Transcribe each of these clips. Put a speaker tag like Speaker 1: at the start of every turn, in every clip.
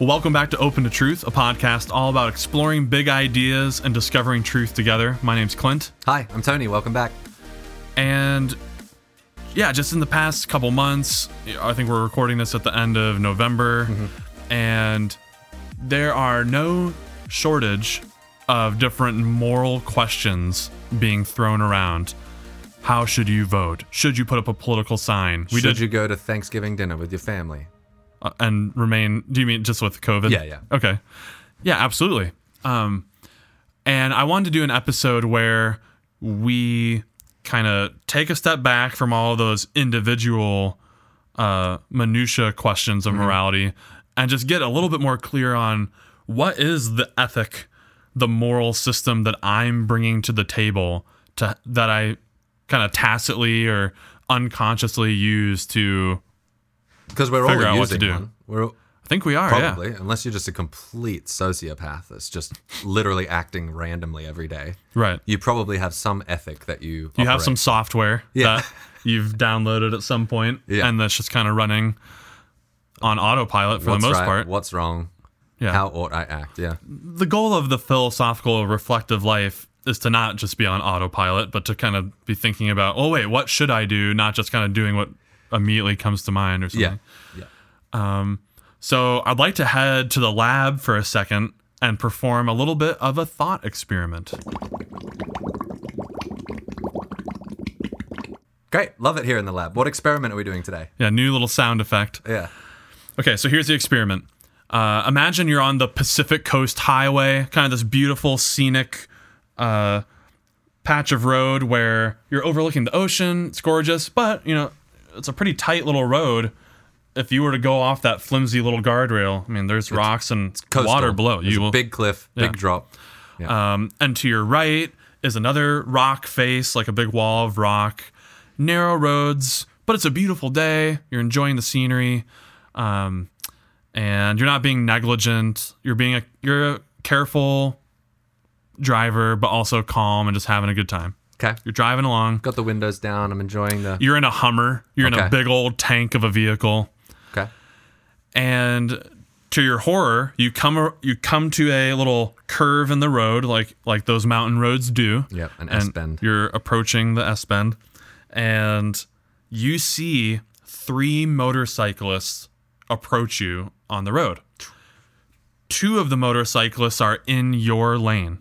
Speaker 1: Welcome back to Open to Truth, a podcast all about exploring big ideas and discovering truth together. My name's Clint,
Speaker 2: Hi, I'm Tony. Welcome back.
Speaker 1: and yeah, just in the past couple months, I think we're recording this at the end of November, and there are no shortage of different moral questions being thrown around. How should you vote? Should you put up a political sign?
Speaker 2: Should you go to Thanksgiving dinner with your family?
Speaker 1: Uh, and remain do you mean just with covid
Speaker 2: Yeah, yeah.
Speaker 1: okay yeah absolutely um and i wanted to do an episode where we kind of take a step back from all those individual uh minutia questions
Speaker 2: Mm-hmm.
Speaker 1: of morality and just get a little bit more clear on what is the ethic the moral system that i'm bringing to the table to that i kind of tacitly or unconsciously use to
Speaker 2: Because we're
Speaker 1: Figure out
Speaker 2: all
Speaker 1: what to
Speaker 2: using
Speaker 1: do.
Speaker 2: one. We're
Speaker 1: i think we are yeah
Speaker 2: probably, unless you're just a complete sociopath that's just literally acting randomly every day.
Speaker 1: right
Speaker 2: You probably have some ethic that you.
Speaker 1: you have some software
Speaker 2: Yeah.
Speaker 1: that you've downloaded at some point
Speaker 2: Yeah.
Speaker 1: and that's just kind of running on autopilot for
Speaker 2: what's
Speaker 1: the most
Speaker 2: right,
Speaker 1: part
Speaker 2: What's wrong?
Speaker 1: yeah Mm-hmm.
Speaker 2: How ought I act? Yeah.
Speaker 1: the goal of the philosophical reflective life is to not just be on autopilot but to kind of be thinking about oh wait what should i do not just kind of doing what immediately comes to mind or something
Speaker 2: Yeah. Yeah.
Speaker 1: so i'd like to head to the lab for a second and perform a little bit of a thought experiment
Speaker 2: Great. Love it here in the lab. What experiment are we doing today?
Speaker 1: yeah new little sound effect
Speaker 2: Yeah.
Speaker 1: Okay, so here's the experiment. Uh, imagine you're on the Pacific Coast Highway, kind of this beautiful scenic uh, patch of road where you're overlooking the ocean. It's gorgeous, but you know it's a pretty tight little road. If you were to go off that flimsy little guardrail, I mean, there's rocks and
Speaker 2: Coastal.
Speaker 1: water below.
Speaker 2: There's
Speaker 1: You
Speaker 2: a
Speaker 1: will
Speaker 2: big cliff, big drop.
Speaker 1: um, and to your right is another rock face, like a big wall of rock. Narrow roads, but it's a beautiful day. You're enjoying the scenery, um, and you're not being negligent. You're being a you're a careful driver, but also calm and just having a good time.
Speaker 2: Okay.
Speaker 1: You're driving along.
Speaker 2: Got the windows down. I'm enjoying the.
Speaker 1: You're in a Hummer. You're in a
Speaker 2: Okay.
Speaker 1: big old tank of a vehicle
Speaker 2: Okay.
Speaker 1: and to your horror, you come you come to a little curve in the road, like like those mountain roads do.
Speaker 2: Yep, an
Speaker 1: And
Speaker 2: S-bend.
Speaker 1: You're approaching the S bend, and you see three motorcyclists approach you on the road. Two of the motorcyclists are in your lane.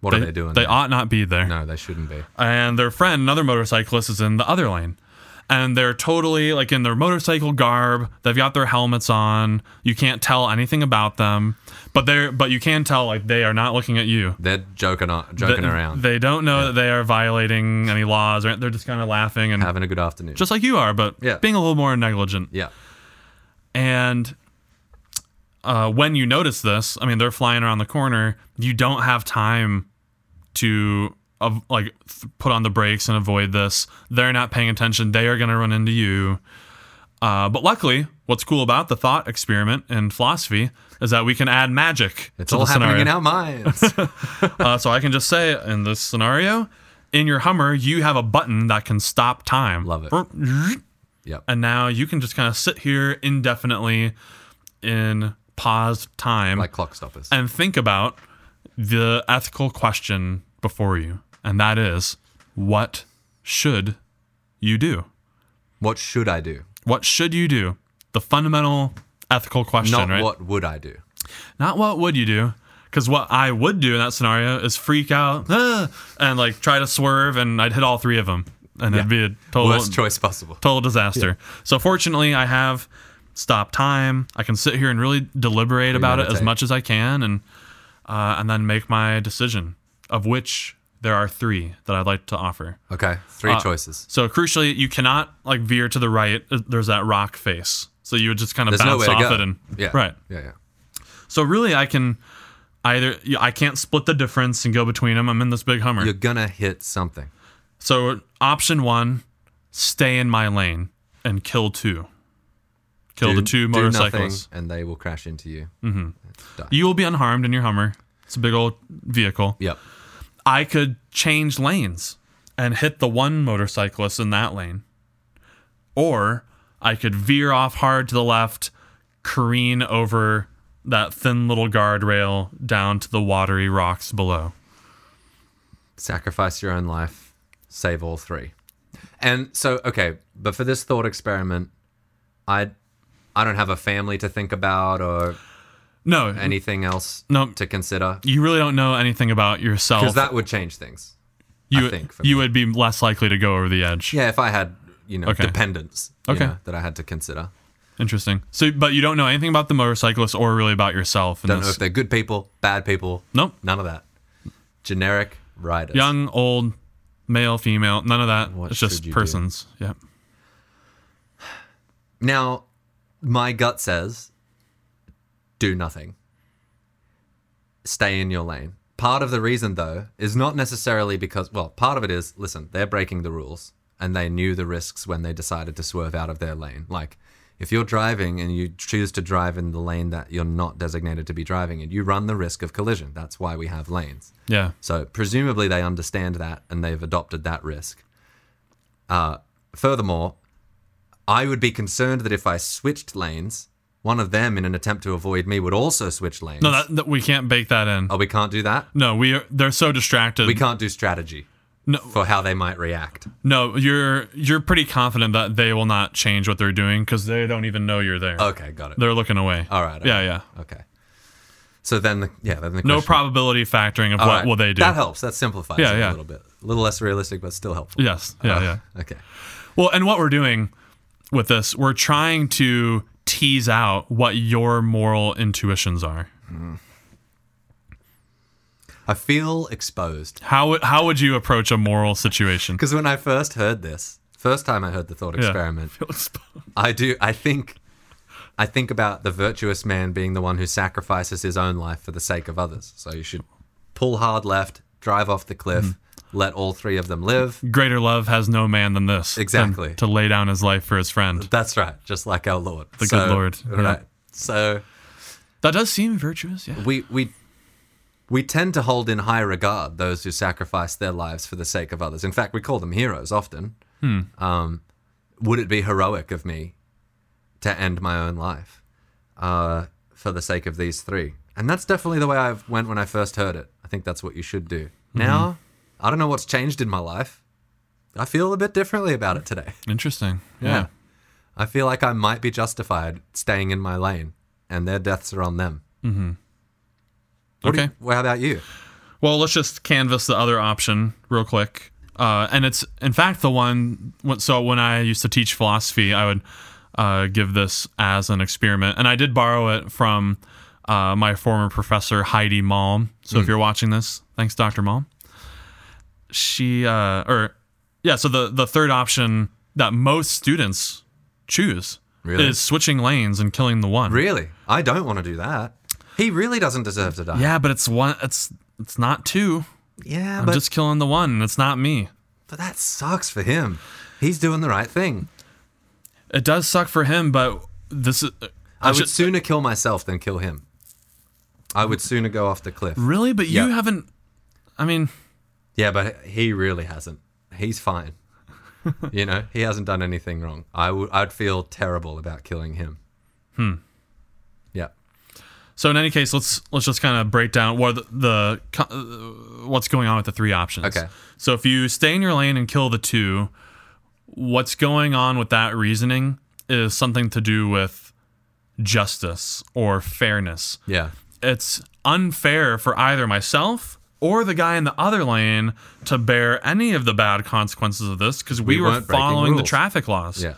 Speaker 2: What are they doing?
Speaker 1: They
Speaker 2: there?
Speaker 1: ought not be there
Speaker 2: no, they shouldn't be.
Speaker 1: and their friend, another motorcyclist, is in the other lane. And they're totally like in their motorcycle garb. They've got their helmets on. You can't tell anything about them, but they're but you can tell like they are not looking at you.
Speaker 2: They're joking, on, joking
Speaker 1: They-
Speaker 2: around,
Speaker 1: They don't know that they are violating any laws, or they're just kind of laughing and
Speaker 2: having a good afternoon.
Speaker 1: just like you are, but
Speaker 2: Yeah.
Speaker 1: being a little more negligent.
Speaker 2: yeah.
Speaker 1: And uh, when you notice this, I mean, they're flying around the corner. You don't have time to av- like th- put on the brakes and avoid this. They're not paying attention. They are going to run into you. Uh, but luckily, what's cool about the thought experiment in philosophy is that we can add magic
Speaker 2: It's
Speaker 1: to
Speaker 2: all
Speaker 1: the
Speaker 2: happening
Speaker 1: scenario.
Speaker 2: in our minds.
Speaker 1: uh, so I can just say in this scenario, in your Hummer, you have a button that can stop time.
Speaker 2: Love it. yep.
Speaker 1: and now you can just kind of sit here indefinitely in paused time
Speaker 2: like clock stoppers.
Speaker 1: and think about the ethical question before you and that is what should you do
Speaker 2: what should I do?
Speaker 1: what should you do the fundamental ethical question
Speaker 2: Not
Speaker 1: right
Speaker 2: what would I do?
Speaker 1: not what would you do because what i would do in that scenario is freak out "Ah," and like try to swerve and i'd hit all three of them and it'd be a total
Speaker 2: Worst choice possible.
Speaker 1: total disaster. So fortunately, I have stop time. I can sit here and really deliberate about it as
Speaker 2: Premeditate.
Speaker 1: much as I can, and uh, and then make my decision. Of which there are three that I'd like to offer.
Speaker 2: Okay, three
Speaker 1: Uh,
Speaker 2: choices.
Speaker 1: So crucially, you cannot like veer to the right. Uh, There's that rock face, so you would just kind of
Speaker 2: There's no
Speaker 1: bounce
Speaker 2: way to
Speaker 1: off
Speaker 2: go.
Speaker 1: it and
Speaker 2: yeah.
Speaker 1: right.
Speaker 2: Yeah, yeah.
Speaker 1: So really, I can either I can't split the difference and go between them. I'm in this big Hummer.
Speaker 2: You're gonna hit something.
Speaker 1: So option one, stay in my lane and kill two. Kill the two Mm.
Speaker 2: do nothing
Speaker 1: motorcyclists.
Speaker 2: and they will crash into you.
Speaker 1: You will be unharmed in your Hummer. It's a big old vehicle.
Speaker 2: Yep.
Speaker 1: I could change lanes and hit the one motorcyclist in that lane. Or I could veer off hard to the left, careen over that thin little guardrail down to the watery rocks below.
Speaker 2: Sacrifice your own life, save all three. And so, okay, but for this thought experiment, I, I don't have a family to think about or
Speaker 1: No,
Speaker 2: anything else
Speaker 1: No.
Speaker 2: to consider
Speaker 1: you really don't know anything about yourself.
Speaker 2: because that would change things.
Speaker 1: you
Speaker 2: I think for
Speaker 1: you
Speaker 2: me.
Speaker 1: would be less likely to go over the edge.
Speaker 2: Yeah, if I had you know
Speaker 1: Okay.
Speaker 2: dependents, you
Speaker 1: Okay.
Speaker 2: know, that I had to consider.
Speaker 1: Interesting. So, but you don't know anything about the motorcyclist or really about yourself. In
Speaker 2: Don't know
Speaker 1: this.
Speaker 2: if they're good people, bad people.
Speaker 1: Nope.
Speaker 2: None of that. Generic riders.
Speaker 1: Young, old, male, female, none of that.
Speaker 2: What
Speaker 1: it's
Speaker 2: should
Speaker 1: just
Speaker 2: you do?
Speaker 1: persons. Yeah.
Speaker 2: Now, my gut says do nothing. Stay in your lane. Part of the reason, though, is not necessarily because, well, part of it is listen, they're breaking the rules and they knew the risks when they decided to swerve out of their lane. Like, if you're driving and you choose to drive in the lane that you're not designated to be driving in, you run the risk of collision. That's why we have lanes.
Speaker 1: Yeah.
Speaker 2: So presumably they understand that and they've adopted that risk. Uh, furthermore, I would be concerned that if I switched lanes, one of them in an attempt to avoid me would also switch lanes.
Speaker 1: No, that, that we can't bake that in.
Speaker 2: oh, we can't do that?
Speaker 1: No, we are, they're so distracted.
Speaker 2: We can't do strategy
Speaker 1: No.
Speaker 2: for how they might react.
Speaker 1: No, you're you're pretty confident that they will not change what they're doing because they don't even know you're there.
Speaker 2: Okay, got it.
Speaker 1: They're looking away.
Speaker 2: All right.
Speaker 1: Yeah, yeah.
Speaker 2: Okay. So then, the, yeah, then the
Speaker 1: No
Speaker 2: question-
Speaker 1: probability factoring of
Speaker 2: All
Speaker 1: what
Speaker 2: right,
Speaker 1: will they do.
Speaker 2: That helps. That simplifies
Speaker 1: Yeah,
Speaker 2: it
Speaker 1: yeah.
Speaker 2: a little bit. A little less realistic, but still helpful.
Speaker 1: yes. Yeah, yeah.
Speaker 2: Okay.
Speaker 1: Well, and what we're doing with this, we're trying to tease out what your moral intuitions are.
Speaker 2: I feel exposed.
Speaker 1: How would- how would you approach a moral situation?
Speaker 2: Because when I first heard this, first time I heard the thought
Speaker 1: Yeah.
Speaker 2: experiment, I do. I think. I think about the virtuous man being the one who sacrifices his own life for the sake of others. So you should pull hard left, drive off the cliff,
Speaker 1: Mm-hmm.
Speaker 2: let all three of them live.
Speaker 1: Greater love has no man than this. than
Speaker 2: Exactly.
Speaker 1: to lay down his life for his friend.
Speaker 2: That's right, just like our Lord, the
Speaker 1: good Lord, yeah.
Speaker 2: Right. So
Speaker 1: That does seem virtuous, yeah.
Speaker 2: we we we tend to hold in high regard those who sacrifice their lives for the sake of others. In fact, we call them heroes often. Um, would it be heroic of me to end my own life uh, for the sake of these three? And that's definitely the way I went when I first heard it. I think that's what you should do. Now, I don't know what's changed in my life. I feel a bit differently about it today.
Speaker 1: Interesting. yeah.
Speaker 2: I feel like I might be justified staying in my lane, and their deaths are on them. What do
Speaker 1: Mm-hmm. Okay.
Speaker 2: you- well, how about you?
Speaker 1: Well, let's just canvas the other option real quick. Uh, and it's, in fact, the one. when- So when I used to teach philosophy, I would uh, give this as an experiment. And I did borrow it from uh, my former professor, Heidi Malm. So
Speaker 2: Hmm.
Speaker 1: if you're watching this, thanks, Dr. Malm. She, uh, or, yeah, so the, the third option that most students choose
Speaker 2: Really?
Speaker 1: is switching lanes and killing the one.
Speaker 2: Really? I don't want to do that. He really doesn't deserve to die.
Speaker 1: Yeah, but it's one, it's, it's not two.
Speaker 2: Yeah,
Speaker 1: I'm
Speaker 2: but,
Speaker 1: just killing the one. and It's not me.
Speaker 2: but that sucks for him. He's doing the right thing.
Speaker 1: It does suck for him, but this is
Speaker 2: I would
Speaker 1: should-
Speaker 2: sooner kill myself than kill him. I would sooner go off the cliff.
Speaker 1: really. But you
Speaker 2: Yeah.
Speaker 1: haven't. I mean,
Speaker 2: Yeah, but he really hasn't. He's fine. you know, he hasn't done anything wrong. I would I'd feel terrible about killing him. Hmm. Yeah.
Speaker 1: so in any case, let's let's just kind of break down what the, the co- uh, what's going on with the three options.
Speaker 2: Okay.
Speaker 1: So if you stay in your lane and kill the two, what's going on with that reasoning is something to do with justice or fairness.
Speaker 2: Yeah.
Speaker 1: it's unfair for either myself or the guy in the other lane to bear any of the bad consequences of this because we,
Speaker 2: We
Speaker 1: were
Speaker 2: weren't breaking
Speaker 1: following the
Speaker 2: rules.
Speaker 1: traffic laws.
Speaker 2: Yeah.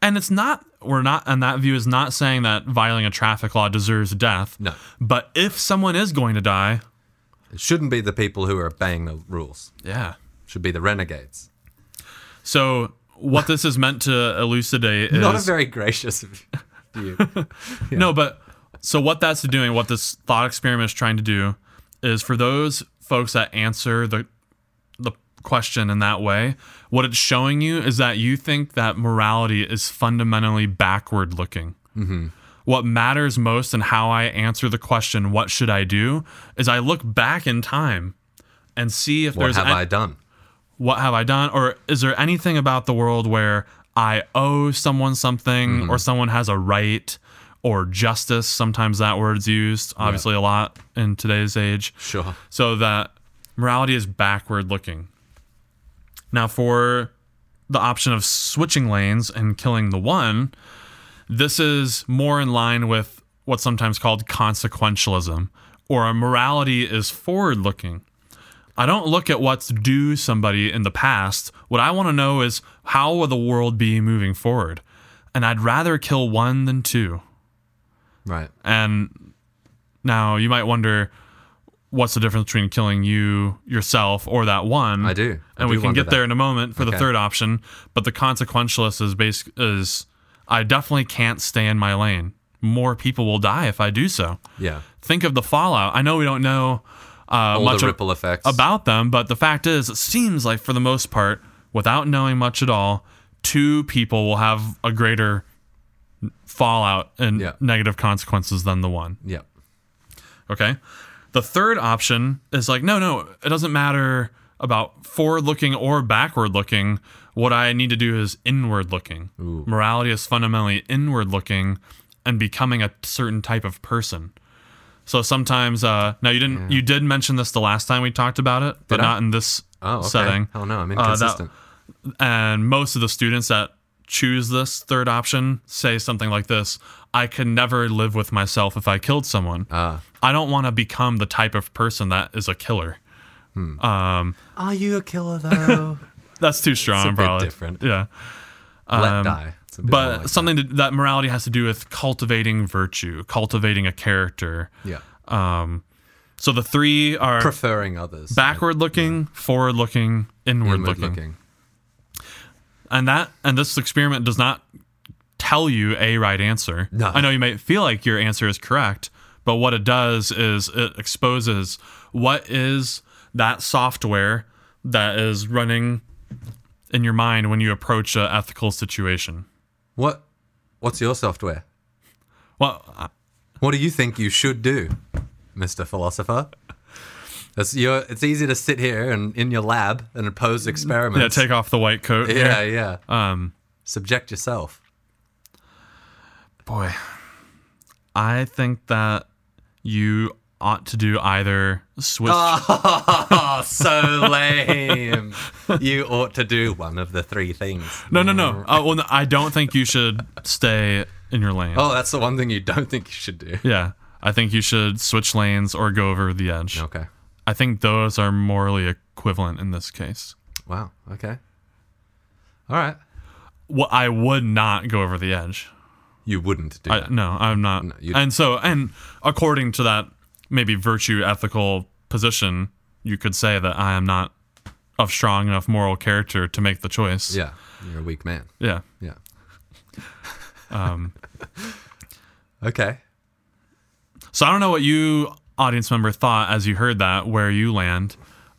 Speaker 1: And it's not, we're not, and that view is not saying that violating a traffic law deserves death.
Speaker 2: No.
Speaker 1: But if someone is going to die,
Speaker 2: It shouldn't be the people who are obeying the rules.
Speaker 1: yeah.
Speaker 2: It should be the renegades.
Speaker 1: So what this is meant to elucidate is
Speaker 2: Not a very gracious view.
Speaker 1: No, but so what that's doing, what this thought experiment is trying to do, is for those folks that answer the the question in that way, what it's showing you is that you think that morality is fundamentally backward looking. Mm-hmm. What matters most in how I answer the question, "What should I do?" is I look back in time and see if
Speaker 2: what
Speaker 1: there's
Speaker 2: have
Speaker 1: an-
Speaker 2: I done?
Speaker 1: what have I done? Or is there anything about the world where I owe someone something or someone has a right or justice. Sometimes that word's used, obviously, a lot in today's age.
Speaker 2: Sure.
Speaker 1: So that morality is backward looking. Now, for the option of switching lanes and killing the one, this is more in line with what's sometimes called consequentialism, or a morality is forward looking. I don't look at what's due somebody in the past. What I want to know is how will the world be moving forward? And I'd rather kill one than two.
Speaker 2: Right.
Speaker 1: And now you might wonder what's the difference between killing you yourself or that one.
Speaker 2: I do. I
Speaker 1: and we
Speaker 2: do
Speaker 1: can
Speaker 2: wonder
Speaker 1: get there
Speaker 2: that.
Speaker 1: in a moment for the
Speaker 2: Okay.
Speaker 1: third option, but the consequentialist is basic is I definitely can't stay in my lane. More people will die if I do so.
Speaker 2: Yeah.
Speaker 1: Think of the fallout. I know we don't know uh,
Speaker 2: All
Speaker 1: much
Speaker 2: the
Speaker 1: of-
Speaker 2: ripple effects.
Speaker 1: about them, but the fact is, it seems like for the most part, without knowing much at all, two people will have a greater fallout and
Speaker 2: Yeah.
Speaker 1: negative consequences than the one.
Speaker 2: yeah.
Speaker 1: Okay. The third option is like, no, no, it doesn't matter about forward looking or backward looking. What I need to do is inward looking. Morality is fundamentally inward looking and becoming a certain type of person. So sometimes, uh, now you didn't, you did mention this the last time we talked about it, but
Speaker 2: Did I?
Speaker 1: not in this
Speaker 2: Oh, okay.
Speaker 1: setting.
Speaker 2: Oh no, I'm
Speaker 1: Uh, that-
Speaker 2: inconsistent.
Speaker 1: and most of the students that choose this third option say something like this I could never live with myself if I killed someone.
Speaker 2: Ah.
Speaker 1: I don't want to become the type of person that is a killer.
Speaker 2: Are you a killer though?
Speaker 1: That's too strong,
Speaker 2: bit
Speaker 1: probably.
Speaker 2: different.
Speaker 1: Yeah.
Speaker 2: Let die. It's a bit more
Speaker 1: Um, But
Speaker 2: like
Speaker 1: something that. that morality has to do with cultivating virtue, cultivating a character.
Speaker 2: that. yeah,
Speaker 1: So the three are
Speaker 2: preferring others.
Speaker 1: backward looking, forward looking, inward,
Speaker 2: Inward
Speaker 1: looking. and that and this experiment does not tell you a right answer.
Speaker 2: No.
Speaker 1: I know you may feel like your answer is correct, but what it does is it exposes what is that software that is running in your mind when you approach a ethical situation.
Speaker 2: What? What's your software?
Speaker 1: Well, I-
Speaker 2: What do you think you should do, Mister Philosopher? It's, your, it's easy to sit here and in your lab and pose
Speaker 1: yeah,
Speaker 2: experiments.
Speaker 1: take off the white coat.
Speaker 2: yeah,
Speaker 1: here.
Speaker 2: yeah.
Speaker 1: Um,
Speaker 2: Subject yourself.
Speaker 1: boy, I think that you ought to do either switch.
Speaker 2: Ah. Oh, so lame. you ought to do one of the three things.
Speaker 1: no, no, no. Uh, well, no, I don't think you should stay in your lane.
Speaker 2: Oh, that's the one thing you don't think you should do.
Speaker 1: Yeah. I think you should switch lanes or go over the edge.
Speaker 2: Okay.
Speaker 1: I think those are morally equivalent in this case.
Speaker 2: Wow. Okay. All right.
Speaker 1: Well, I would not go over the edge.
Speaker 2: You wouldn't do
Speaker 1: I,
Speaker 2: that.
Speaker 1: no, I'm not.
Speaker 2: you-
Speaker 1: and so, and according to that maybe virtue ethical position, you could say that I am not of strong enough moral character to make the choice.
Speaker 2: Yeah. You're a weak man.
Speaker 1: Yeah.
Speaker 2: Yeah.
Speaker 1: Um,
Speaker 2: Okay.
Speaker 1: so I don't know what you audience member thought as you heard that, where you land.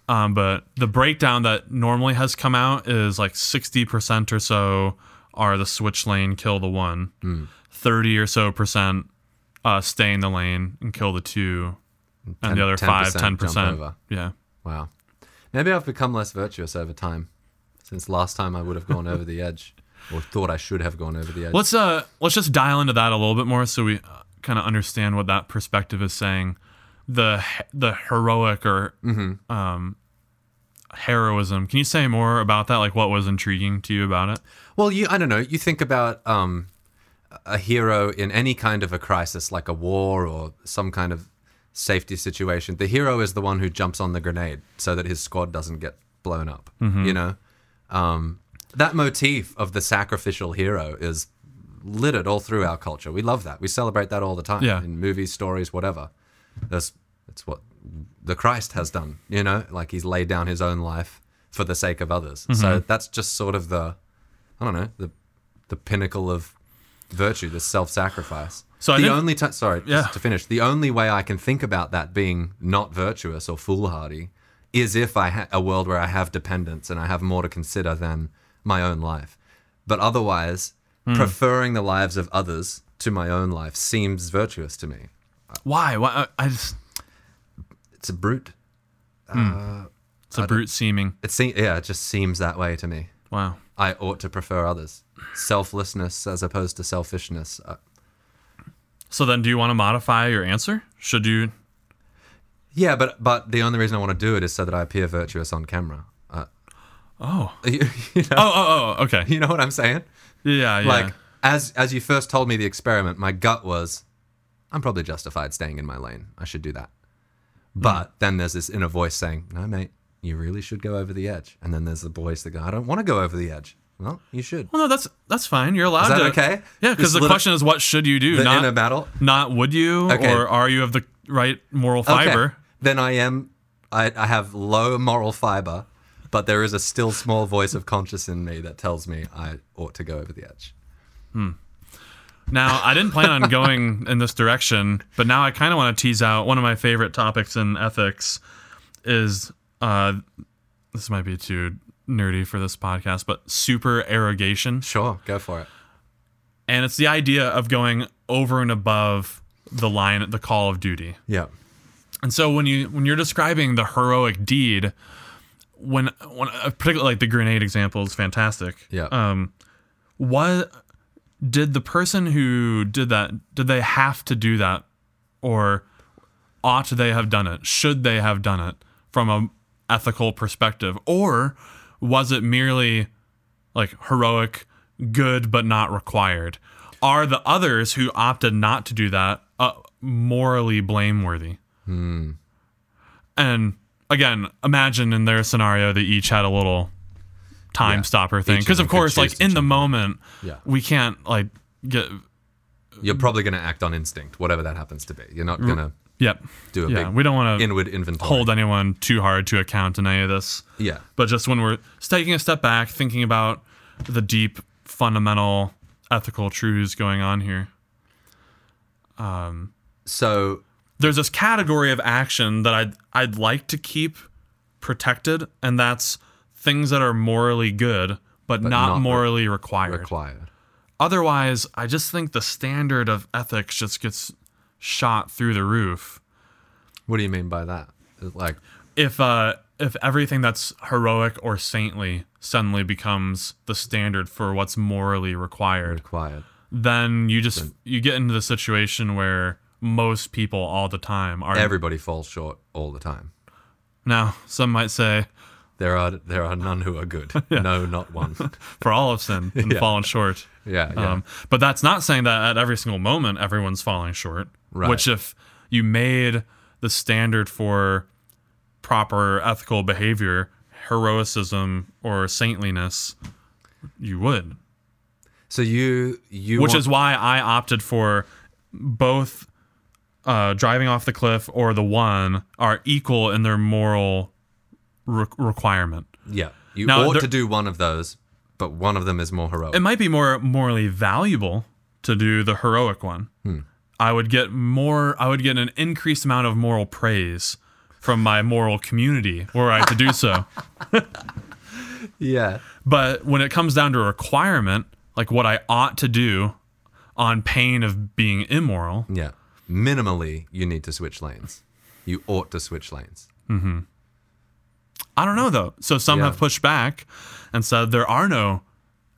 Speaker 1: Um, but the breakdown that normally has come out is like 60% or so are the switch lane, kill the one.
Speaker 2: Hmm.
Speaker 1: 30 or so percent uh, stay in the lane and kill the two. And
Speaker 2: Ten-
Speaker 1: the other five,
Speaker 2: 10%
Speaker 1: 10%.
Speaker 2: jump over.
Speaker 1: Yeah.
Speaker 2: Wow. Maybe I've become less virtuous over time since last time I would have gone over the edge or thought I should have gone over the edge.
Speaker 1: Let's uh let's just dial into that a little bit more so we kind of understand what that perspective is saying. The he- the heroic or
Speaker 2: Mm-hmm.
Speaker 1: um heroism. Can you say more about that? Like what was intriguing to you about it?
Speaker 2: Well, you I don't know. You think about um, a hero in any kind of a crisis, like a war or some kind of safety situation. The hero is the one who jumps on the grenade so that his squad doesn't get blown up. You know, um, that motif of the sacrificial hero is littered all through our culture. We love that. We celebrate that all the time
Speaker 1: Yeah.
Speaker 2: in movies, stories, whatever. That's that's what the Christ has done. You know, like he's laid down his own life for the sake of others. So that's just sort of the I don't know the the pinnacle of virtue, the self-sacrifice.
Speaker 1: So I
Speaker 2: the
Speaker 1: didn't-
Speaker 2: only time, sorry,
Speaker 1: Yeah.
Speaker 2: just to finish, the only way I can think about that being not virtuous or foolhardy is if I ha- a world where I have dependence and I have more to consider than my own life. But otherwise,
Speaker 1: Hmm.
Speaker 2: preferring the lives of others to my own life seems virtuous to me.
Speaker 1: Why? Why I, I just
Speaker 2: It's a brute.
Speaker 1: it's a brute seeming.
Speaker 2: It seems yeah, it just seems that way to me.
Speaker 1: Wow.
Speaker 2: I ought to prefer others. Selflessness as opposed to selfishness. Uh,
Speaker 1: So then, do you want to modify your answer? Should you?
Speaker 2: Yeah, but but the only reason I want to do it is so that I appear virtuous on camera. Uh,
Speaker 1: Oh,
Speaker 2: you, you know,
Speaker 1: oh, oh, oh. Okay.
Speaker 2: you know what I'm saying?
Speaker 1: Yeah, yeah.
Speaker 2: Like as as you first told me the experiment, my gut was, I'm probably justified staying in my lane. I should do that.
Speaker 1: Hmm.
Speaker 2: But then there's this inner voice saying, No, mate, you really should go over the edge. And then there's the voice that go, I don't want to go over the edge. Well, you should.
Speaker 1: well, no, that's that's fine. You're allowed
Speaker 2: that
Speaker 1: to.
Speaker 2: okay?
Speaker 1: Yeah, because
Speaker 2: This
Speaker 1: the
Speaker 2: little-
Speaker 1: question is, what should you do?
Speaker 2: The
Speaker 1: Not
Speaker 2: inner battle.
Speaker 1: not would you,
Speaker 2: Okay.
Speaker 1: or are you of the right moral
Speaker 2: Okay.
Speaker 1: fiber?
Speaker 2: Then I am. I, I have low moral fiber, but there is a still small voice of conscience in me that tells me I ought to go over the edge.
Speaker 1: Now, I didn't plan on going in this direction, but now I kind of want to tease out one of my favorite topics in ethics is uh, this might be too nerdy for this podcast, but supererogation.
Speaker 2: Sure, go for it.
Speaker 1: And it's the idea of going over and above the line at the call of duty.
Speaker 2: Yeah.
Speaker 1: And so when you when you're describing the heroic deed, when when uh, particularly like the grenade example is fantastic.
Speaker 2: Yeah.
Speaker 1: Um, what did the person who did that did they have to do that, or ought they have done it? Should they have done it from a ethical perspective, or was it merely like heroic, good but not required? Are the others who opted not to do that uh, morally blameworthy? And again, imagine in their scenario they each had a little time stopper thing.
Speaker 2: Each of
Speaker 1: Because
Speaker 2: them
Speaker 1: of
Speaker 2: could
Speaker 1: course,
Speaker 2: choose
Speaker 1: like
Speaker 2: to
Speaker 1: in the
Speaker 2: jump
Speaker 1: moment,
Speaker 2: Yeah.
Speaker 1: we can't like get.
Speaker 2: You're probably going to act on instinct, whatever that happens to be. You're not going to
Speaker 1: Yep.
Speaker 2: do a
Speaker 1: Yeah,
Speaker 2: big
Speaker 1: we don't want to
Speaker 2: inward inventory.
Speaker 1: hold anyone too hard to account in any of this.
Speaker 2: Yeah.
Speaker 1: But just when we're taking a step back, thinking about the deep, fundamental ethical truths going on here.
Speaker 2: So
Speaker 1: there's this category of action that I'd I'd like to keep protected, and that's things that are morally good but, not,
Speaker 2: not re-
Speaker 1: morally required.
Speaker 2: required.
Speaker 1: Otherwise, I just think the standard of ethics just gets shot through the roof.
Speaker 2: What do you mean by that? Like,
Speaker 1: If uh if everything that's heroic or saintly suddenly becomes the standard for what's morally required,
Speaker 2: required.
Speaker 1: then you just you get into the situation where most people all the time are
Speaker 2: Everybody falls short all the time.
Speaker 1: now some might say
Speaker 2: There are there are none who are good. No, not one.
Speaker 1: for all of sin and fallen short.
Speaker 2: Yeah, yeah.
Speaker 1: Um, but that's not saying that at every single moment everyone's falling short.
Speaker 2: Right.
Speaker 1: Which, if you made the standard for proper ethical behavior, heroicism or saintliness, you would.
Speaker 2: so you you
Speaker 1: Which
Speaker 2: want-
Speaker 1: is why I opted for both uh, driving off the cliff or the one are equal in their moral re- requirement.
Speaker 2: yeah you
Speaker 1: Now,
Speaker 2: ought
Speaker 1: there-
Speaker 2: to do one of those, but one of them is more heroic.
Speaker 1: it might be more morally valuable to do the heroic one. I would get more. I would get an increased amount of moral praise from my moral community were I to do so.
Speaker 2: yeah.
Speaker 1: But when it comes down to a requirement, like what I ought to do, on pain of being immoral,
Speaker 2: Yeah. Minimally, you need to switch lanes. You ought to switch lanes.
Speaker 1: I don't know though. So some
Speaker 2: Yeah.
Speaker 1: have pushed back and said there are no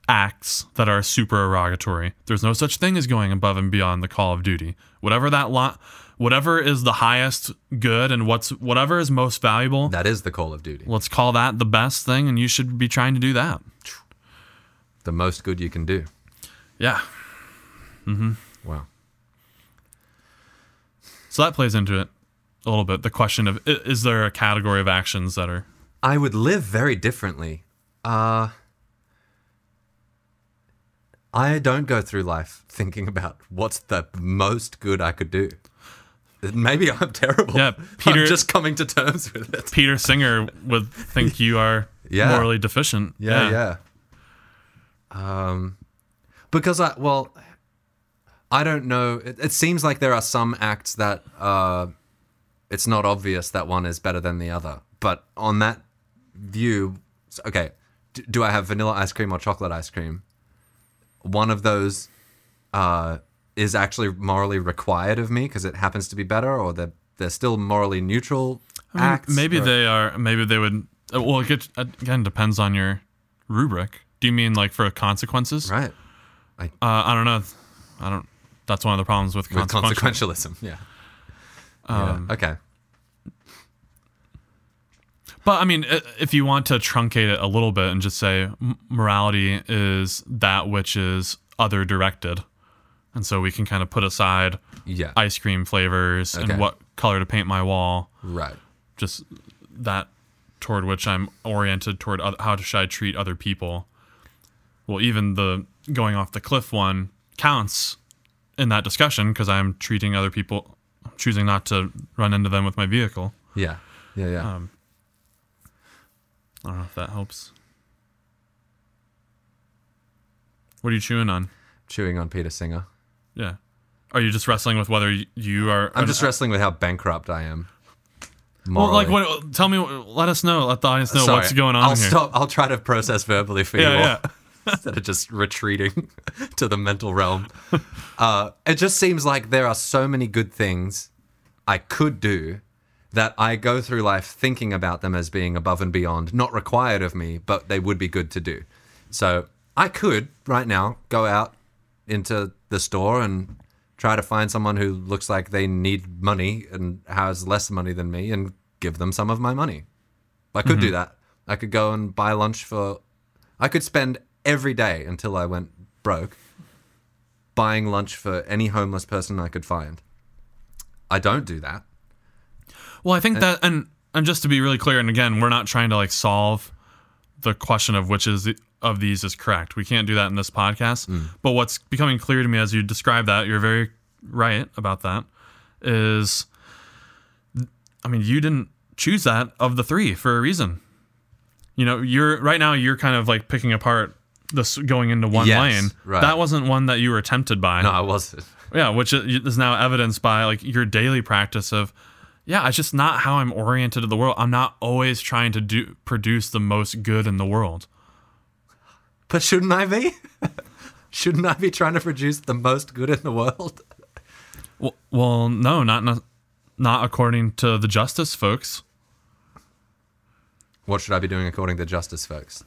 Speaker 1: acts that are supererogatory. There's no such thing as going above and beyond the call of duty. Whatever that lot whatever is the highest good and what's whatever is most valuable,
Speaker 2: That is the call of duty.
Speaker 1: let's call that the best thing and you should be trying to do that.
Speaker 2: The most good you can do.
Speaker 1: Yeah.
Speaker 2: Wow.
Speaker 1: So that plays into it a little bit. The question of i- is there a category of actions that are
Speaker 2: I would live very differently. Uh I don't go through life thinking about what's the most good I could do. Maybe I'm terrible.
Speaker 1: Yeah, Peter-
Speaker 2: I'm just coming to terms with it.
Speaker 1: Peter Singer would think you are
Speaker 2: Yeah.
Speaker 1: morally deficient.
Speaker 2: Yeah, yeah. Um, because I well, I don't know. It, it seems like there are some acts that uh, it's not obvious that one is better than the other. But on that view, s- okay, d- do I have vanilla ice cream or chocolate ice cream? One of those uh, is actually morally required of me because it happens to be better, or they're they're still morally neutral acts.
Speaker 1: Maybe
Speaker 2: or-
Speaker 1: they are. Maybe they would. uh, Well, it gets, again depends on your rubric. Do you mean like for consequences?
Speaker 2: right.
Speaker 1: Uh, I don't know. I don't. That's one of the problems with,
Speaker 2: with
Speaker 1: consequential. Um,
Speaker 2: consequentialism. Yeah. Yeah. Okay.
Speaker 1: But I mean, i- if you want to truncate it a little bit and just say m- morality is that which is other directed, and so we can kind of put aside
Speaker 2: Yeah.
Speaker 1: ice cream flavors
Speaker 2: Okay.
Speaker 1: and what color to paint my wall,
Speaker 2: right.
Speaker 1: just that toward which I'm oriented toward oth- how should I treat other people. Well, even the going off the cliff one counts in that discussion because I'm treating other people, choosing not to run into them with my vehicle.
Speaker 2: Yeah. Yeah. Yeah.
Speaker 1: Um, I don't know if that helps. What are you chewing on?
Speaker 2: Chewing on Peter Singer.
Speaker 1: Yeah. Are you just wrestling with whether y- you are?
Speaker 2: I'm just wrestling with how bankrupt I am.
Speaker 1: uh, Well, like,
Speaker 2: morally.
Speaker 1: what? Tell me. Let us know. Let the audience know
Speaker 2: Sorry,
Speaker 1: what's going on
Speaker 2: I'll
Speaker 1: here.
Speaker 2: stop. I'll try to process verbally for you
Speaker 1: Yeah,
Speaker 2: all,
Speaker 1: yeah.
Speaker 2: instead of just retreating to the mental realm. Uh, it just seems like there are so many good things I could do that I go through life thinking about them as being above and beyond, not required of me, but they would be good to do. So I could right now go out into the store and try to find someone who looks like they need money and has less money than me and give them some of my money. I could do that. I could go and buy lunch for. I could spend every day until I went broke buying lunch for any homeless person I could find. I don't do that.
Speaker 1: Well, I
Speaker 2: Eh.
Speaker 1: think that, and and just to be really clear, and again, we're not trying to like solve the question of which is of these is correct. We can't do that in this podcast.
Speaker 2: Hmm.
Speaker 1: But what's becoming clear to me as you describe that, you're very right about that. Is, I mean, you didn't choose that of the three for a reason. You know, you're right now. You're kind of like picking apart this going into one
Speaker 2: Yes,
Speaker 1: lane.
Speaker 2: right.
Speaker 1: That wasn't one that you were tempted by.
Speaker 2: No, I wasn't.
Speaker 1: Yeah, which i- is now evidenced by like your daily practice of, yeah, it's just not how I'm oriented to the world. I'm not always trying to do produce the most good in the world.
Speaker 2: But shouldn't I be? shouldn't I be trying to produce the most good in the world?
Speaker 1: Well, well no, not not- not according to the justice folks.
Speaker 2: What should I be doing according to justice, folks?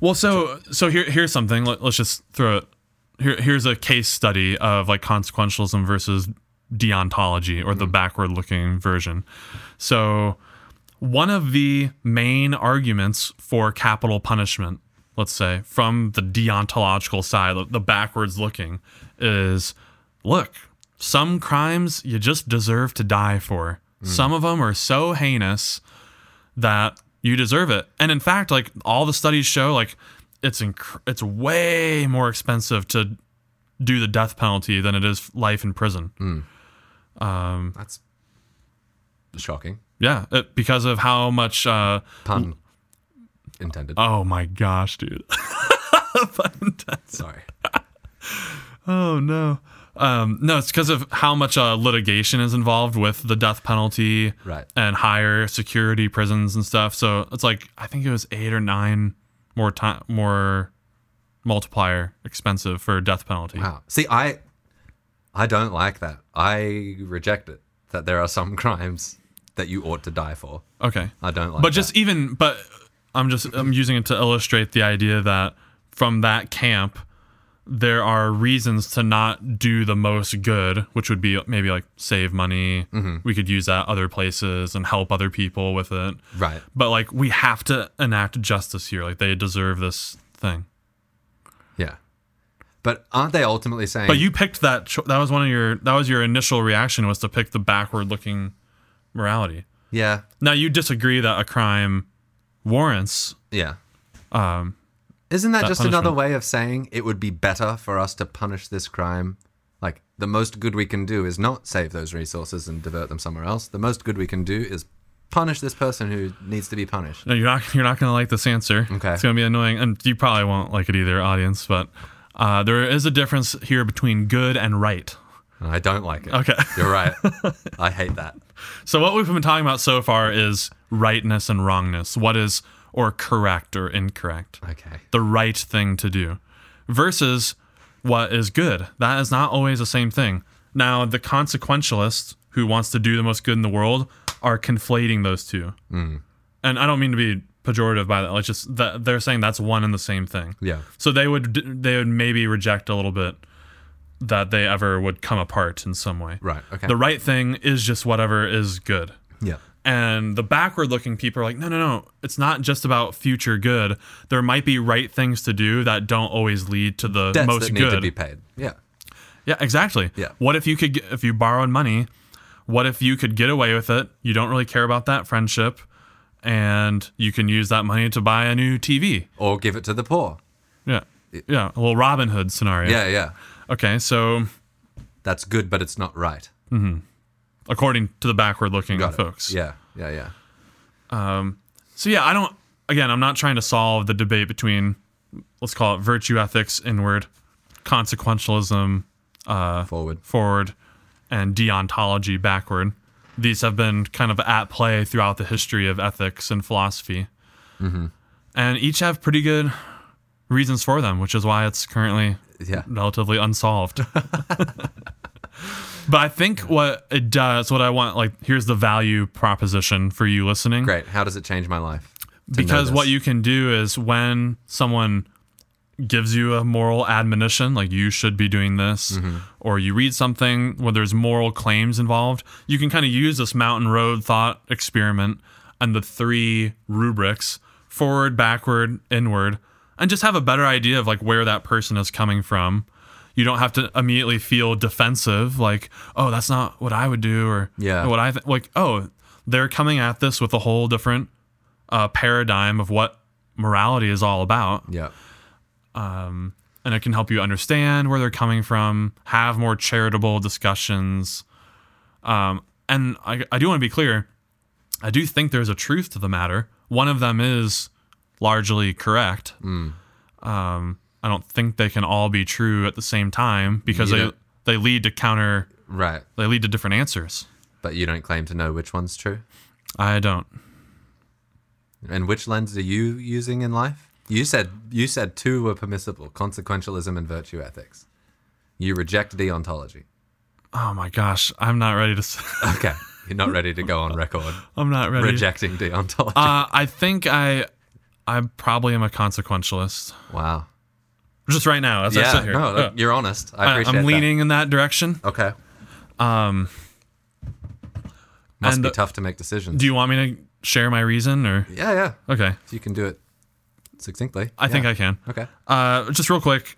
Speaker 1: Well, so so here here's something. Let, us just throw it. Here here's a case study of like consequentialism versus deontology or the backward looking version. So one of the main arguments for capital punishment, let's say, from the deontological side, the- the backwards looking, is look, some crimes you just deserve to die for. Some of them are so heinous that you deserve it. And in fact, like all the studies show, like it's inc- it's way more expensive to do the death penalty than it is life in prison.
Speaker 2: Mm. That's shocking.
Speaker 1: Yeah, it, because of how much. Uh,
Speaker 2: Pun intended.
Speaker 1: oh my gosh, dude.
Speaker 2: Sorry.
Speaker 1: Oh no. Um, no, it's because of how much uh, litigation is involved with the death penalty,
Speaker 2: Right.
Speaker 1: And higher security prisons and stuff. So it's like I think it was eight or nine more time, more multiplier expensive for death penalty.
Speaker 2: Wow. See, I I don't like that. I reject it that there are some crimes that you ought to die for.
Speaker 1: Okay,
Speaker 2: I don't like
Speaker 1: but
Speaker 2: that.
Speaker 1: just even but i'm just i'm using it to illustrate the idea that from that camp there are reasons to not do the most good which would be maybe like save money
Speaker 2: Mm-hmm.
Speaker 1: we could use that other places and help other people with it
Speaker 2: right.
Speaker 1: but like we have to enact justice here like they deserve this thing
Speaker 2: Yeah. But aren't they ultimately saying
Speaker 1: but you picked that cho- that was one of your that was your initial reaction was to pick the backward looking morality
Speaker 2: Yeah.
Speaker 1: now you disagree that a crime warrants
Speaker 2: Yeah. Um isn't that, just another
Speaker 1: punishment.
Speaker 2: way of saying it would be better for us to punish this crime? Like the most good we can do is not save those resources and divert them somewhere else. The most good we can do is punish this person who needs to be punished.
Speaker 1: No, you're not. You're not gonna like this answer.
Speaker 2: Okay.
Speaker 1: It's gonna be annoying, and you probably won't like it either, audience. But uh, there is a difference here between good and right.
Speaker 2: And I don't like it.
Speaker 1: Okay.
Speaker 2: You're right. I hate that.
Speaker 1: So what we've been talking about so far is rightness and wrongness. What is or correct or incorrect?
Speaker 2: Okay.
Speaker 1: The right thing to do, versus what is good. That is not always the same thing. Now the consequentialist who wants to do the most good in the world are conflating those two.
Speaker 2: Mm.
Speaker 1: And I don't mean to be pejorative by that. Like just that they're saying that's one and the same thing.
Speaker 2: Yeah.
Speaker 1: So they would they would maybe reject a little bit that they ever would come apart in some way.
Speaker 2: Right. Okay.
Speaker 1: The right thing is just whatever is good.
Speaker 2: yeah.
Speaker 1: And the backward looking people are like, no, no, no. It's not just about future good. There might be right things to do that don't always lead to the
Speaker 2: Debts
Speaker 1: most
Speaker 2: that need
Speaker 1: good.
Speaker 2: to be paid. Yeah.
Speaker 1: Yeah, exactly.
Speaker 2: Yeah.
Speaker 1: What if you could, get- if you borrowed money, what if you could get away with it? You don't really care about that friendship, and you can use that money to buy a new TV.
Speaker 2: Or give it to the poor.
Speaker 1: Yeah. Yeah. A little Robin Hood scenario.
Speaker 2: Yeah. Yeah.
Speaker 1: Okay. So,
Speaker 2: That's good, but it's not right.
Speaker 1: according to the backward looking
Speaker 2: Got it.
Speaker 1: folks.
Speaker 2: Yeah. Yeah. Yeah.
Speaker 1: So, yeah, I don't, again, I'm not trying to solve the debate between, let's call it virtue ethics inward, consequentialism
Speaker 2: Forward.
Speaker 1: forward and deontology backward. These have been kind of at play throughout the history of ethics and philosophy. And each have pretty good reasons for them, which is why it's currently
Speaker 2: Yeah.
Speaker 1: relatively unsolved. but I think what it does, what I want, like, here's the value proposition for you listening
Speaker 2: Great. How does it change my life? to know
Speaker 1: because what
Speaker 2: this?
Speaker 1: you can do is when someone gives you a moral admonition like you should be doing this or you read something where there's moral claims involved you can kind of use this mountain road thought experiment and the three rubrics forward backward inward and just have a better idea of like where that person is coming from you don't have to immediately feel defensive like oh that's not what i would do or
Speaker 2: Yeah.
Speaker 1: or what i th- like oh they're coming at this with a whole different uh, paradigm of what morality is all about.
Speaker 2: Yeah.
Speaker 1: And it can help you understand where they're coming from, have more charitable discussions. Um, and I, I do want to be clear I do think there's a truth to the matter. One of them is largely correct.
Speaker 2: Hmm.
Speaker 1: Um, I don't think they can all be true at the same time because
Speaker 2: You
Speaker 1: they,
Speaker 2: don't-
Speaker 1: they lead to counter,
Speaker 2: Right.
Speaker 1: they lead to different answers.
Speaker 2: But you don't claim to know which one's true.
Speaker 1: I don't.
Speaker 2: And which lens are you using in life? You said you said two were permissible: consequentialism and virtue ethics. You reject deontology.
Speaker 1: Oh my gosh, I'm not ready to. s-
Speaker 2: Okay, you're not ready to go on record
Speaker 1: I'm not ready.
Speaker 2: rejecting deontology.
Speaker 1: Uh, I think I, I probably am a consequentialist.
Speaker 2: wow.
Speaker 1: Just right now, as I
Speaker 2: Yeah.
Speaker 1: sit here,
Speaker 2: No, look,
Speaker 1: Uh,
Speaker 2: you're honest. I
Speaker 1: I,
Speaker 2: appreciate
Speaker 1: am
Speaker 2: that.
Speaker 1: leaning in that direction.
Speaker 2: Okay. Um. Must
Speaker 1: and
Speaker 2: be
Speaker 1: the-
Speaker 2: tough to make decisions.
Speaker 1: Do you want me to share my reason, or
Speaker 2: yeah, yeah.
Speaker 1: okay?
Speaker 2: If you can do it succinctly.
Speaker 1: I think I can.
Speaker 2: Okay.
Speaker 1: Uh, just real quick,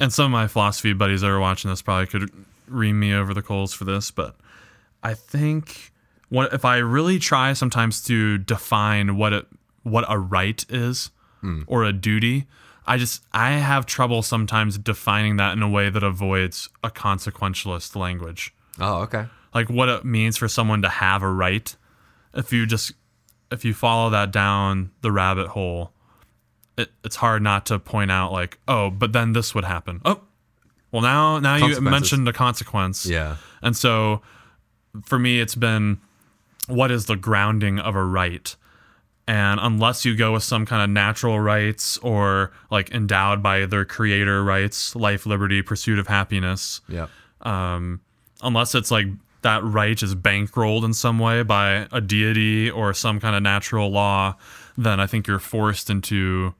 Speaker 1: and some of my philosophy buddies that are watching this probably could ream me over the coals for this, but I think what if I really try sometimes to define what it what a right is
Speaker 2: Hmm.
Speaker 1: or a duty. I just I have trouble sometimes defining that in a way that avoids a consequentialist language.
Speaker 2: Oh, okay.
Speaker 1: like what it means for someone to have a right if you just if you follow that down the rabbit hole it, it's hard not to point out like oh but then this would happen oh well now now you
Speaker 2: Consequences.
Speaker 1: mentioned a consequence
Speaker 2: Yeah.
Speaker 1: and so for me, it's been what is the grounding of a right? And unless you go with some kind of natural rights or like endowed by their creator rights, life, liberty, pursuit of happiness,
Speaker 2: Yeah.
Speaker 1: unless it's like that right is bankrolled in some way by a deity or some kind of natural law, then I think you're forced into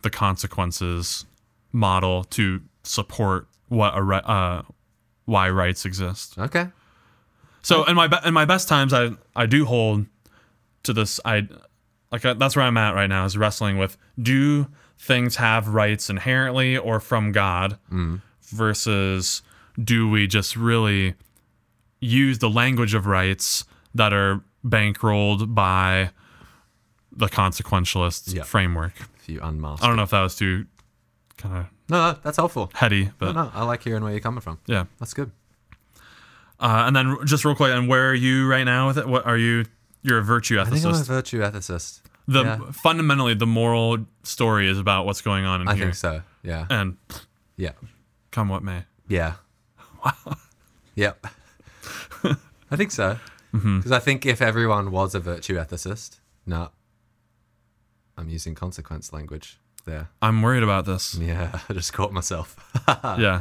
Speaker 1: the consequences model to support what a ri- uh, why rights exist.
Speaker 2: Okay.
Speaker 1: So in my be- in my best times, I I do hold to this. I like uh, that's where I'm at right now is wrestling with do things have rights inherently or from God
Speaker 2: Mm-hmm.
Speaker 1: versus do we just really use the language of rights that are bankrolled by the consequentialist
Speaker 2: Yeah.
Speaker 1: framework.
Speaker 2: If you unmask.
Speaker 1: I don't know if that was too kind of
Speaker 2: No, no, that's helpful.
Speaker 1: heady, but
Speaker 2: No, no, I like hearing where you're coming from.
Speaker 1: yeah.
Speaker 2: That's good.
Speaker 1: Uh, and then r- just real quick, and where are you right now with it? What are you? You're a virtue ethicist.
Speaker 2: I think I'm a virtue ethicist.
Speaker 1: the
Speaker 2: Yeah.
Speaker 1: fundamentally the moral story is about what's going on in
Speaker 2: I
Speaker 1: here
Speaker 2: think so. Yeah.
Speaker 1: and
Speaker 2: Yeah.
Speaker 1: come what may
Speaker 2: Yeah. Wow. Yep. I think so. Because I think if everyone was a virtue ethicist, no, I'm using consequence language there.
Speaker 1: i'm worried about this
Speaker 2: Yeah, I just caught myself.
Speaker 1: yeah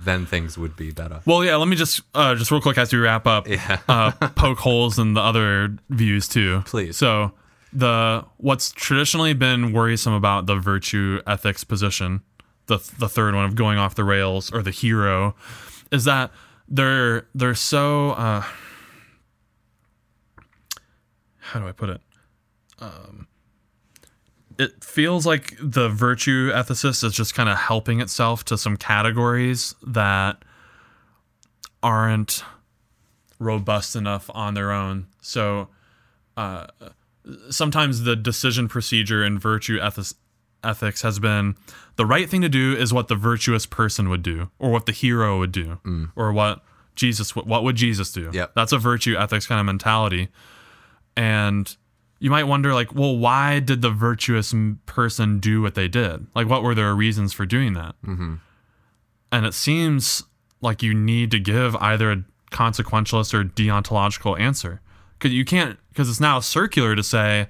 Speaker 2: then things would be better.
Speaker 1: well yeah let me just uh just real quick as we wrap up
Speaker 2: Yeah.
Speaker 1: uh poke holes in the other views too
Speaker 2: Please.
Speaker 1: so the what's traditionally been worrisome about the virtue ethics position the the third one of going off the rails or the hero is that they're they're so uh, how do I put it? Um, it feels like the virtue ethicist is just kind of helping itself to some categories that aren't robust enough on their own. So uh, sometimes the decision procedure in virtue ethis ethics has been the right thing to do is what the virtuous person would do, or what the hero would do, or what Jesus what would Jesus do.
Speaker 2: Yep.
Speaker 1: that's a virtue ethics kind of mentality, and you might wonder like well why did the virtuous m- person do what they did like what were their reasons for doing that mm-hmm. and it seems like you need to give either a consequentialist or deontological answer because you can't because it's now circular to say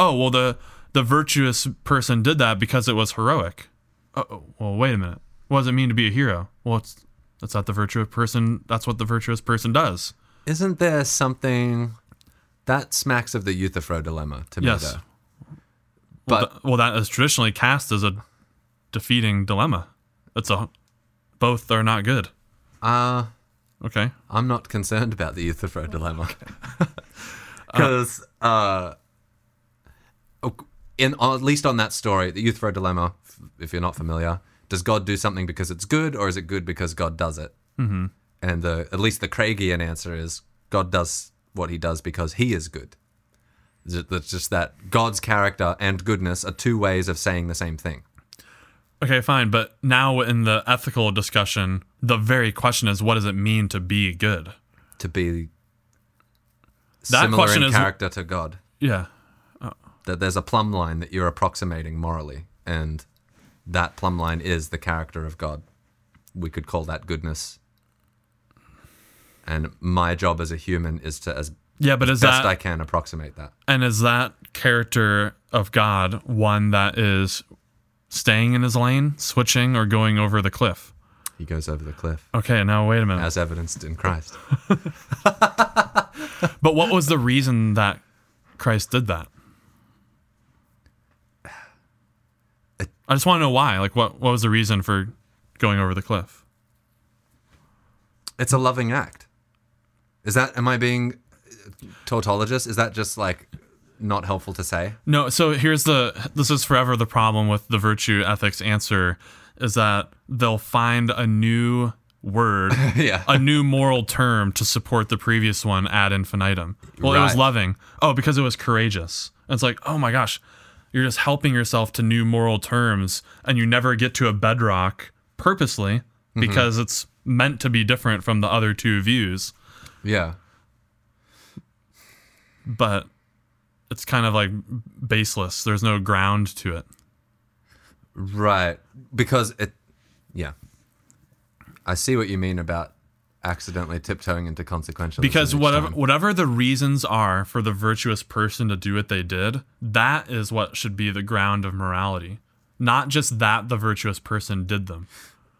Speaker 1: oh well the the virtuous person did that because it was heroic oh well wait a minute what does it mean to be a hero well it's that's not the virtuous person that's what the virtuous person does
Speaker 2: Isn't there something that smacks of the Euthyphro dilemma to me
Speaker 1: Yes.
Speaker 2: though?
Speaker 1: Well,
Speaker 2: But-
Speaker 1: th- well, that is traditionally cast as a defeating dilemma. It's a both are not good.
Speaker 2: Uh
Speaker 1: Okay.
Speaker 2: I'm not concerned about the Euthyphro dilemma. Because, uh, ok- in or at least on that story, the Euthyphro dilemma, f- if you're not familiar, does God do something because it's good or is it good because God does it? Mm-hmm. And the at least the Craigian answer is God does what he does because he is good. Ju- That's just that God's character and goodness are two ways of saying the same thing.
Speaker 1: Okay, fine. But now in the ethical discussion, the very question is what does it mean to be good?
Speaker 2: To be
Speaker 1: That
Speaker 2: similar
Speaker 1: question
Speaker 2: in
Speaker 1: is-
Speaker 2: character to God.
Speaker 1: Yeah.
Speaker 2: that there's a plumb line that you're approximating morally, and that plumb line is the character of God. We could call that goodness. And my job as a human is to, as
Speaker 1: Yeah, but is
Speaker 2: best
Speaker 1: that
Speaker 2: I can, approximate that.
Speaker 1: and is that character of God one that is staying in his lane, switching, or going over the cliff?
Speaker 2: He goes over the cliff,
Speaker 1: Okay, now wait a minute.
Speaker 2: as evidenced in Christ.
Speaker 1: But what was the reason that Christ did that? I just want to know why. Like, what, what was the reason for going over the cliff?
Speaker 2: It's a loving act. Is that? Am I being tautologist? Is that just like not helpful to say?
Speaker 1: No, so here's the this is forever the problem with the virtue ethics answer is that they'll find a new word,
Speaker 2: Yeah.
Speaker 1: a new moral term to support the previous one ad infinitum. Well, it was
Speaker 2: Right.
Speaker 1: loving. Oh, because it was courageous. And it's like, oh my gosh, you're just helping yourself to new moral terms and you never get to a bedrock purposely because it's meant to be different from the other two views.
Speaker 2: Yeah.
Speaker 1: But it's kind of like baseless. There's no ground to it.
Speaker 2: Right. Because it yeah. I see what you mean about accidentally tiptoeing into consequentialism.
Speaker 1: because
Speaker 2: each
Speaker 1: whatever
Speaker 2: time.
Speaker 1: whatever the reasons are for the virtuous person to do what they did, that is what should be the ground of morality, not just that the virtuous person did them.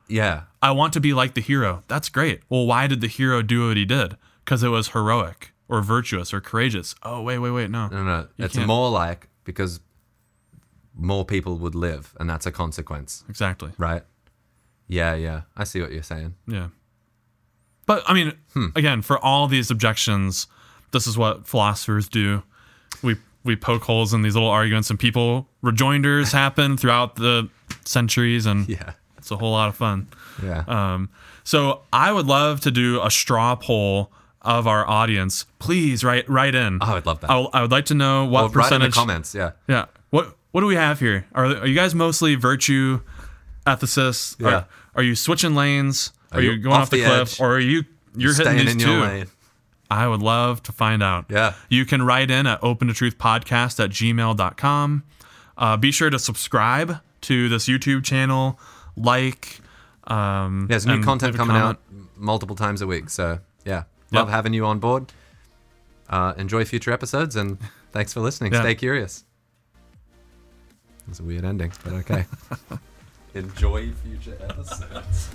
Speaker 2: Yeah.
Speaker 1: I want to be like the hero. That's great. Well, why did the hero do what he did? Because it was heroic or virtuous or courageous. Oh, wait, wait, wait, no.
Speaker 2: No no. It's
Speaker 1: can't-
Speaker 2: more like because more people would live and that's a consequence,
Speaker 1: Exactly.
Speaker 2: right? Yeah, yeah. I see what you're saying.
Speaker 1: Yeah. But I mean,
Speaker 2: Hmm.
Speaker 1: again, for all these objections, this is what philosophers do. We we poke holes in these little arguments, and people rejoinders happen throughout the centuries, and
Speaker 2: Yeah.
Speaker 1: it's a whole lot of fun.
Speaker 2: Yeah.
Speaker 1: Um, so I would love to do a straw poll of our audience. Please write write in.
Speaker 2: Oh, I would love that.
Speaker 1: I, I would like to know what
Speaker 2: Well, write in the
Speaker 1: percentage.
Speaker 2: comments, yeah.
Speaker 1: Yeah. What what do we have here? Are are you guys mostly virtue ethicists?
Speaker 2: Yeah.
Speaker 1: Are, are you switching lanes? Are, you, going off, the, cliff?
Speaker 2: edge?
Speaker 1: Or are you you're
Speaker 2: Staying
Speaker 1: hitting
Speaker 2: in
Speaker 1: these
Speaker 2: your
Speaker 1: two?
Speaker 2: lane.
Speaker 1: I would love to find out.
Speaker 2: Yeah.
Speaker 1: You can write in at open to truth podcast at gmail.com. Uh, be sure to subscribe to this YouTube channel, like um
Speaker 2: There's new
Speaker 1: and
Speaker 2: content
Speaker 1: leave a
Speaker 2: coming
Speaker 1: comment.
Speaker 2: out m- multiple times a week. So, yeah. Love having you on board. Uh, enjoy future episodes and thanks for listening.
Speaker 1: Yeah.
Speaker 2: Stay curious. It's a weird ending, but okay. enjoy future episodes.